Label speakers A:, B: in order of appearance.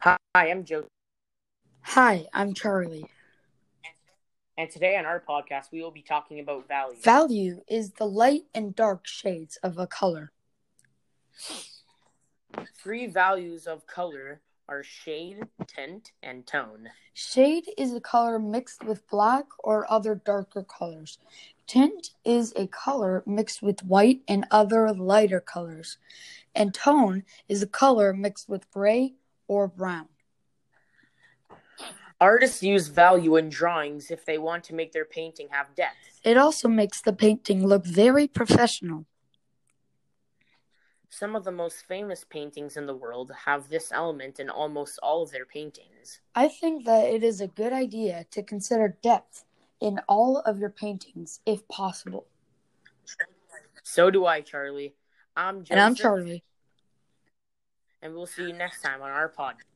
A: Hi, I'm Joe.
B: Hi, I'm Charlie.
A: And today on our podcast, we will be talking about value.
B: Value is the light and dark shades of a color.
A: Three values of color are shade, tint, and tone.
B: Shade is a color mixed with black or other darker colors. Tint is a color mixed with white and other lighter colors. And tone is a color mixed with gray or brown.
A: Artists use value in drawings if they want to make their painting have depth.
B: It also makes the painting look very professional.
A: Some of the most famous paintings in the world have this element in almost all of their paintings.
B: I think that it is a good idea to consider depth in all of your paintings if possible.
A: So do I, Charlie. I'm Joseph,
B: And I'm Charlie.
A: and we'll see you next time on our podcast.